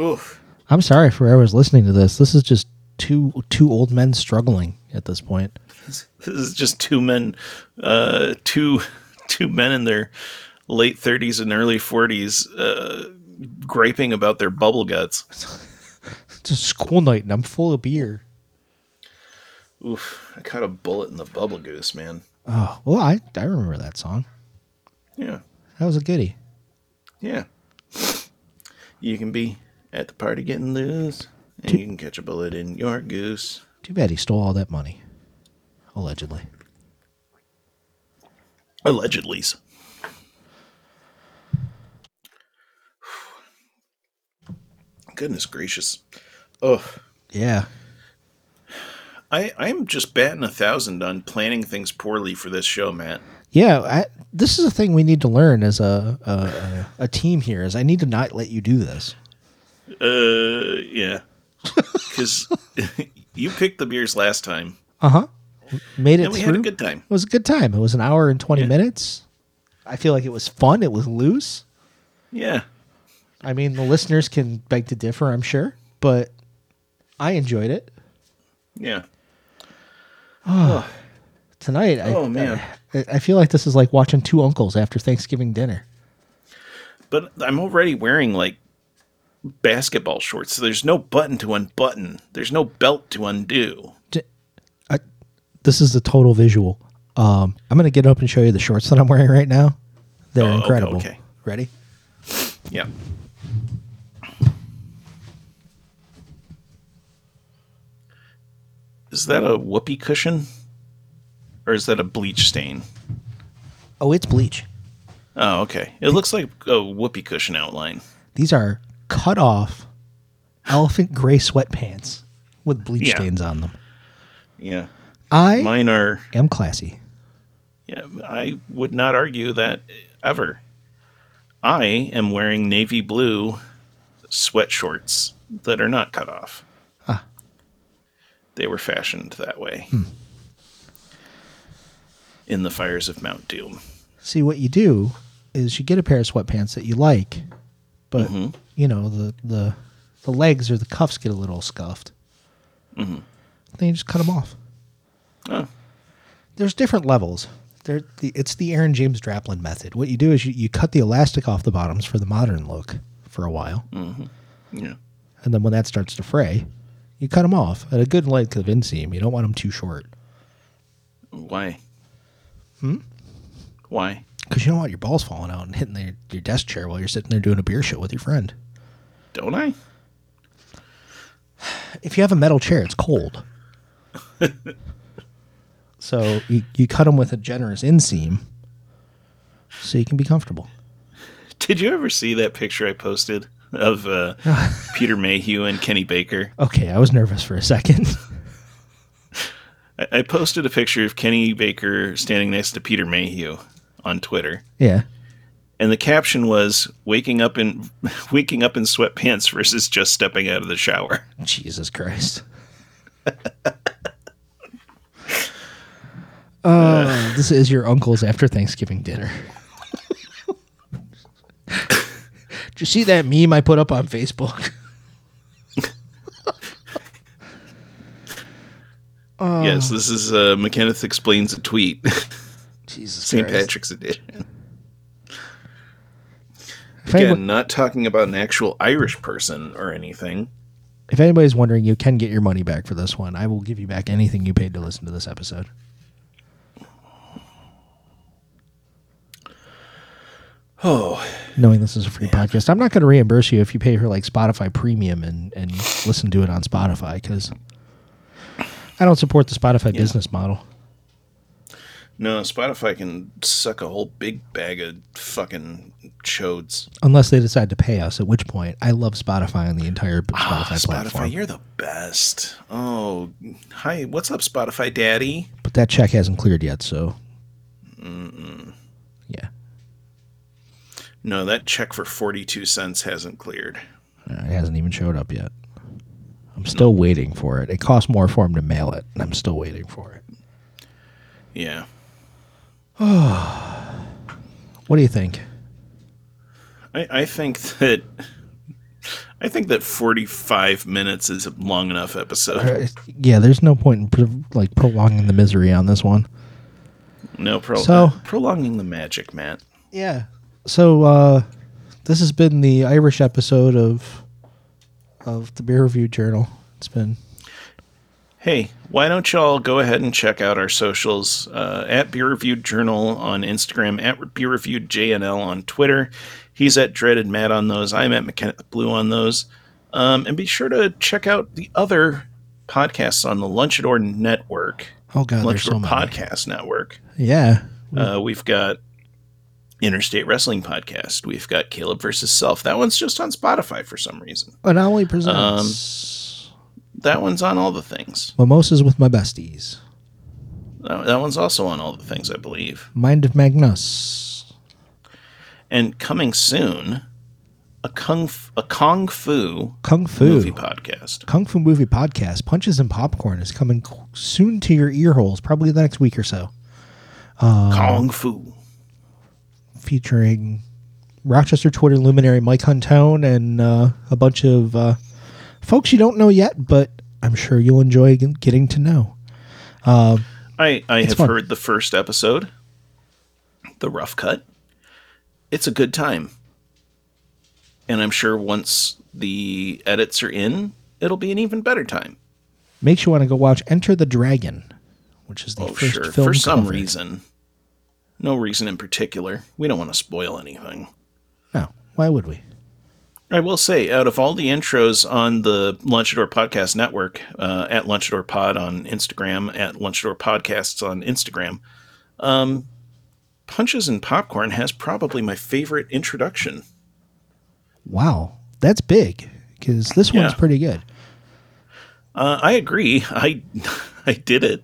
[SPEAKER 2] Oof.
[SPEAKER 3] i'm sorry for whoever's listening to this this is just two two old men struggling at this point
[SPEAKER 2] This is just two men, uh, two two men in their late thirties and early forties, uh, griping about their bubble guts.
[SPEAKER 3] it's a school night and i'm full of beer
[SPEAKER 2] Oof! I caught a bullet in the bubble goose, man.
[SPEAKER 3] oh well i i remember that song
[SPEAKER 2] Yeah,
[SPEAKER 3] that was a goodie
[SPEAKER 2] yeah. You can be at the party getting loose, and you can catch a bullet in your goose.
[SPEAKER 3] Too bad he stole all that money, allegedly.
[SPEAKER 2] Allegedly. Goodness gracious. Ugh.
[SPEAKER 3] Yeah,
[SPEAKER 2] I, I'm just batting a thousand on planning things poorly for this show, Matt.
[SPEAKER 3] yeah. I, this is a thing we need to learn as a a, a a team here. Is I need to not let you do this.
[SPEAKER 2] Uh, yeah. Because you picked the beers last time,
[SPEAKER 3] Uh huh. Made it
[SPEAKER 2] and we
[SPEAKER 3] through.
[SPEAKER 2] had a good time.
[SPEAKER 3] it was a good time. It was an hour and twenty minutes. I feel like it was fun. It was loose.
[SPEAKER 2] Yeah.
[SPEAKER 3] I mean, the listeners can beg to differ, I'm sure, but I enjoyed it
[SPEAKER 2] Yeah.
[SPEAKER 3] tonight. I,
[SPEAKER 2] Oh, man.
[SPEAKER 3] I, I feel like this is like watching two uncles after Thanksgiving dinner.
[SPEAKER 2] But I'm already wearing, like, basketball shorts, so there's no button to unbutton, there's no belt to undo.
[SPEAKER 3] this is the total visual. Um, I'm gonna get up and show you the shorts that I'm wearing right now. They're
[SPEAKER 2] Oh, okay,
[SPEAKER 3] incredible.
[SPEAKER 2] okay.
[SPEAKER 3] Ready?
[SPEAKER 2] Yeah. Is that a whoopee cushion? Or is that a bleach stain?
[SPEAKER 3] Oh, it's bleach.
[SPEAKER 2] Oh, okay. It looks like a whoopee cushion outline.
[SPEAKER 3] These are cut off elephant gray sweatpants with bleach
[SPEAKER 2] Yeah.
[SPEAKER 3] stains on them.
[SPEAKER 2] Yeah.
[SPEAKER 3] I
[SPEAKER 2] Mine are.
[SPEAKER 3] am classy.
[SPEAKER 2] Yeah, I would not argue that ever. I am wearing navy blue sweat shorts that are not cut off. They were fashioned that way in the fires of Mount Doom.
[SPEAKER 3] See, what you do is you get a pair of sweatpants that you like, but
[SPEAKER 2] Mm-hmm.
[SPEAKER 3] you know the the the legs or the cuffs get a little scuffed.
[SPEAKER 2] Mm-hmm.
[SPEAKER 3] Then you just cut them off.
[SPEAKER 2] Oh,
[SPEAKER 3] There's different levels. There, the, it's the Aaron James Draplin method. What you do is you, you cut the elastic off the bottoms for the modern look for a while,
[SPEAKER 2] yeah.
[SPEAKER 3] and then when that starts to fray, you cut them off at a good length of inseam. You don't want them too short
[SPEAKER 2] Why? Hmm? Why?
[SPEAKER 3] because you don't want your balls falling out and hitting their, your desk chair while you're sitting there doing a beer show with your friend.
[SPEAKER 2] Don't I?
[SPEAKER 3] if you have a metal chair, it's cold. so you, you cut them with a generous inseam so you can be comfortable.
[SPEAKER 2] Did you ever see that picture I posted of uh, Peter Mayhew and Kenny Baker?
[SPEAKER 3] Okay, I was nervous for a second.
[SPEAKER 2] I- I posted a picture of Kenny Baker standing next to Peter Mayhew on Twitter,
[SPEAKER 3] yeah.
[SPEAKER 2] and the caption was "Waking up in waking up in sweatpants versus just stepping out of the shower."
[SPEAKER 3] Jesus Christ. Oh, this is your uncle's after Thanksgiving dinner. Did you see that meme I put up on Facebook?
[SPEAKER 2] Yes, this is uh, McKenneth explains a tweet,
[SPEAKER 3] Jesus
[SPEAKER 2] St.
[SPEAKER 3] Christ.
[SPEAKER 2] Patrick's edition.
[SPEAKER 3] If anybo-
[SPEAKER 2] Again, not talking about an actual Irish person or anything.
[SPEAKER 3] If anybody's wondering, you can get your money back for this one. I will give you back anything you paid to listen to this episode.
[SPEAKER 2] Oh,
[SPEAKER 3] Knowing this is a free podcast, I'm not going to reimburse you if you pay for like Spotify Premium and and listen to it on Spotify because I don't support the Spotify business model.
[SPEAKER 2] no, Spotify can suck a whole big bag of fucking chodes.
[SPEAKER 3] Unless they decide to pay us, at which point I love Spotify on the entire Ah, Spotify platform.
[SPEAKER 2] Spotify, you're the best. Oh, hi, what's up, Spotify Daddy?
[SPEAKER 3] But that check hasn't cleared yet, so yeah,
[SPEAKER 2] No, that check for 42 cents hasn't cleared.
[SPEAKER 3] Uh, it hasn't even showed up yet. I'm still waiting for it. It costs more for them to mail it, and I'm still waiting for it.
[SPEAKER 2] Yeah.
[SPEAKER 3] What do you think?
[SPEAKER 2] I, I think that I think that 45 minutes is a long enough episode.
[SPEAKER 3] Uh, yeah, there's no point in pro- like prolonging the misery on this one.
[SPEAKER 2] No pro-
[SPEAKER 3] So-
[SPEAKER 2] prolonging the magic, Matt.
[SPEAKER 3] Yeah. So uh, this has been the Irish episode of of the Beer Review Journal. It's been
[SPEAKER 2] Hey, why don't y'all go ahead and check out our socials uh, at Beer Reviewed Journal on Instagram, at Beer Reviewed JNL on Twitter. He's at Dreaded Matt on those. I'm at McKenna Blue on those. Um, and be sure to check out the other podcasts on the Lunchador Network,
[SPEAKER 3] oh god, there's so
[SPEAKER 2] Lunchador
[SPEAKER 3] many.
[SPEAKER 2] Podcast Network.
[SPEAKER 3] Yeah.
[SPEAKER 2] Uh, we've got Interstate Wrestling Podcast. We've got Caleb versus Self. That one's just on Spotify for some reason.
[SPEAKER 3] Anomaly
[SPEAKER 2] Um,
[SPEAKER 3] presents
[SPEAKER 2] That one's on all the things.
[SPEAKER 3] mimosas with my besties.
[SPEAKER 2] That that one's also on all the things, I believe.
[SPEAKER 3] Mind of Magnus.
[SPEAKER 2] and coming soon, a kung f- a kung fu
[SPEAKER 3] Kung Fu.
[SPEAKER 2] movie podcast.
[SPEAKER 3] Kung Fu Movie Podcast, Punches and Popcorn is coming soon to your ear holes, probably the next week or so. Uh,
[SPEAKER 2] kung fu.
[SPEAKER 3] featuring Rochester Twitter luminary Mike Huntone and uh, a bunch of uh, folks you don't know yet, but I'm sure you'll enjoy g- getting to know.
[SPEAKER 2] I I have
[SPEAKER 3] fun.
[SPEAKER 2] heard the first episode, the rough cut. It's a good time, and I'm sure once the edits are in, it'll be an even better time.
[SPEAKER 3] Makes you want to go watch Enter the Dragon, which is the
[SPEAKER 2] Oh
[SPEAKER 3] first
[SPEAKER 2] sure,
[SPEAKER 3] film
[SPEAKER 2] for some
[SPEAKER 3] covered.
[SPEAKER 2] reason, no reason in particular. We don't want to spoil anything.
[SPEAKER 3] No, why Oh, would we?
[SPEAKER 2] I will say, out of all the intros on the Lunchador Podcast Network, uh, at Lunchador Pod on Instagram, at Lunchador Podcasts on Instagram, um, Punches and Popcorn has probably my favorite introduction.
[SPEAKER 3] Wow, that's big because this one's
[SPEAKER 2] Yeah.
[SPEAKER 3] pretty good.
[SPEAKER 2] Uh, I agree. I I did it.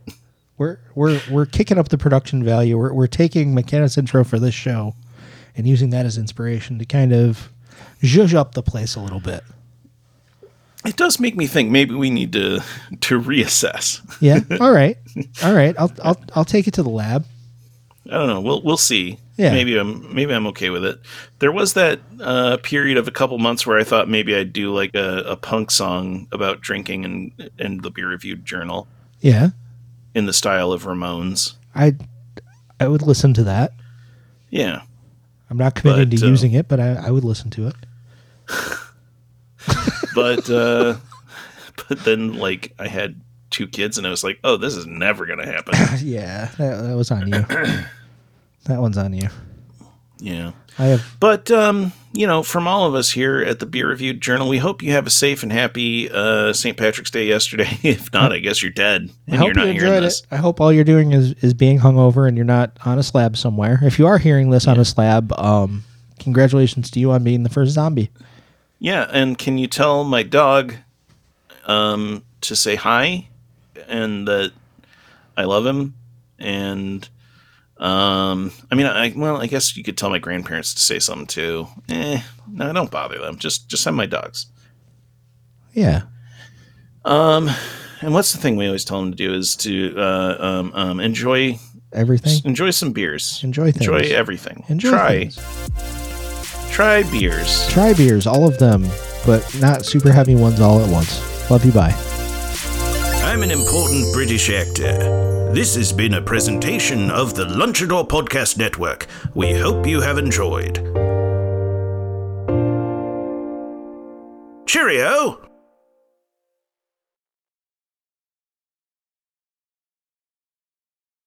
[SPEAKER 3] We're we're we're kicking up the production value. We're we're taking McKenna's intro for this show and using that as inspiration to kind of zhuzh up the place a little bit.
[SPEAKER 2] It does make me think maybe we need to to reassess.
[SPEAKER 3] Yeah. All right. All right. I'll I'll I'll take it to the lab.
[SPEAKER 2] I don't know. We'll we'll see.
[SPEAKER 3] Yeah.
[SPEAKER 2] Maybe I'm maybe I'm okay with it. There was that uh, period of a couple months where I thought maybe I'd do like a, a punk song about drinking and and the beer reviewed journal
[SPEAKER 3] Yeah.
[SPEAKER 2] in the style of Ramones.
[SPEAKER 3] I I would listen to that.
[SPEAKER 2] Yeah.
[SPEAKER 3] I'm not committed
[SPEAKER 2] But,
[SPEAKER 3] to
[SPEAKER 2] uh,
[SPEAKER 3] using it, but I, I would listen to it.
[SPEAKER 2] But uh, but then like I had two kids and I was like, oh, this is never gonna happen.
[SPEAKER 3] Yeah, that, that was on you. that one's on you.
[SPEAKER 2] yeah.
[SPEAKER 3] I have
[SPEAKER 2] But um, you know, from all of us here at the Beer Reviewed Journal, we hope you have a safe and happy uh, St. Patrick's Day yesterday. if not, I guess you're dead and
[SPEAKER 3] I hope
[SPEAKER 2] you're not
[SPEAKER 3] you
[SPEAKER 2] hearing
[SPEAKER 3] enjoyed
[SPEAKER 2] this.
[SPEAKER 3] it. I hope all you're doing is, is being hungover and you're not on a slab somewhere. If you are hearing this on a slab, um, congratulations to you on being the first zombie.
[SPEAKER 2] Yeah, and can you tell my dog um, to say hi and that I love him? And um, I mean, I well, I guess you could tell my grandparents to say something too. Eh, no, don't bother them. Just just send my dogs.
[SPEAKER 3] Yeah.
[SPEAKER 2] And what's the thing we always tell them to do is to uh, um, um, enjoy
[SPEAKER 3] Everything.
[SPEAKER 2] enjoy some beers.
[SPEAKER 3] Enjoy things.
[SPEAKER 2] Enjoy everything.
[SPEAKER 3] Enjoy
[SPEAKER 2] try
[SPEAKER 3] things.
[SPEAKER 2] try beers.
[SPEAKER 3] Try beers, all of them, but not super heavy ones all at once. Love you, bye.
[SPEAKER 5] I'm an important British actor. This has been a presentation of the Lunchador Podcast Network. We hope you have enjoyed. Cheerio!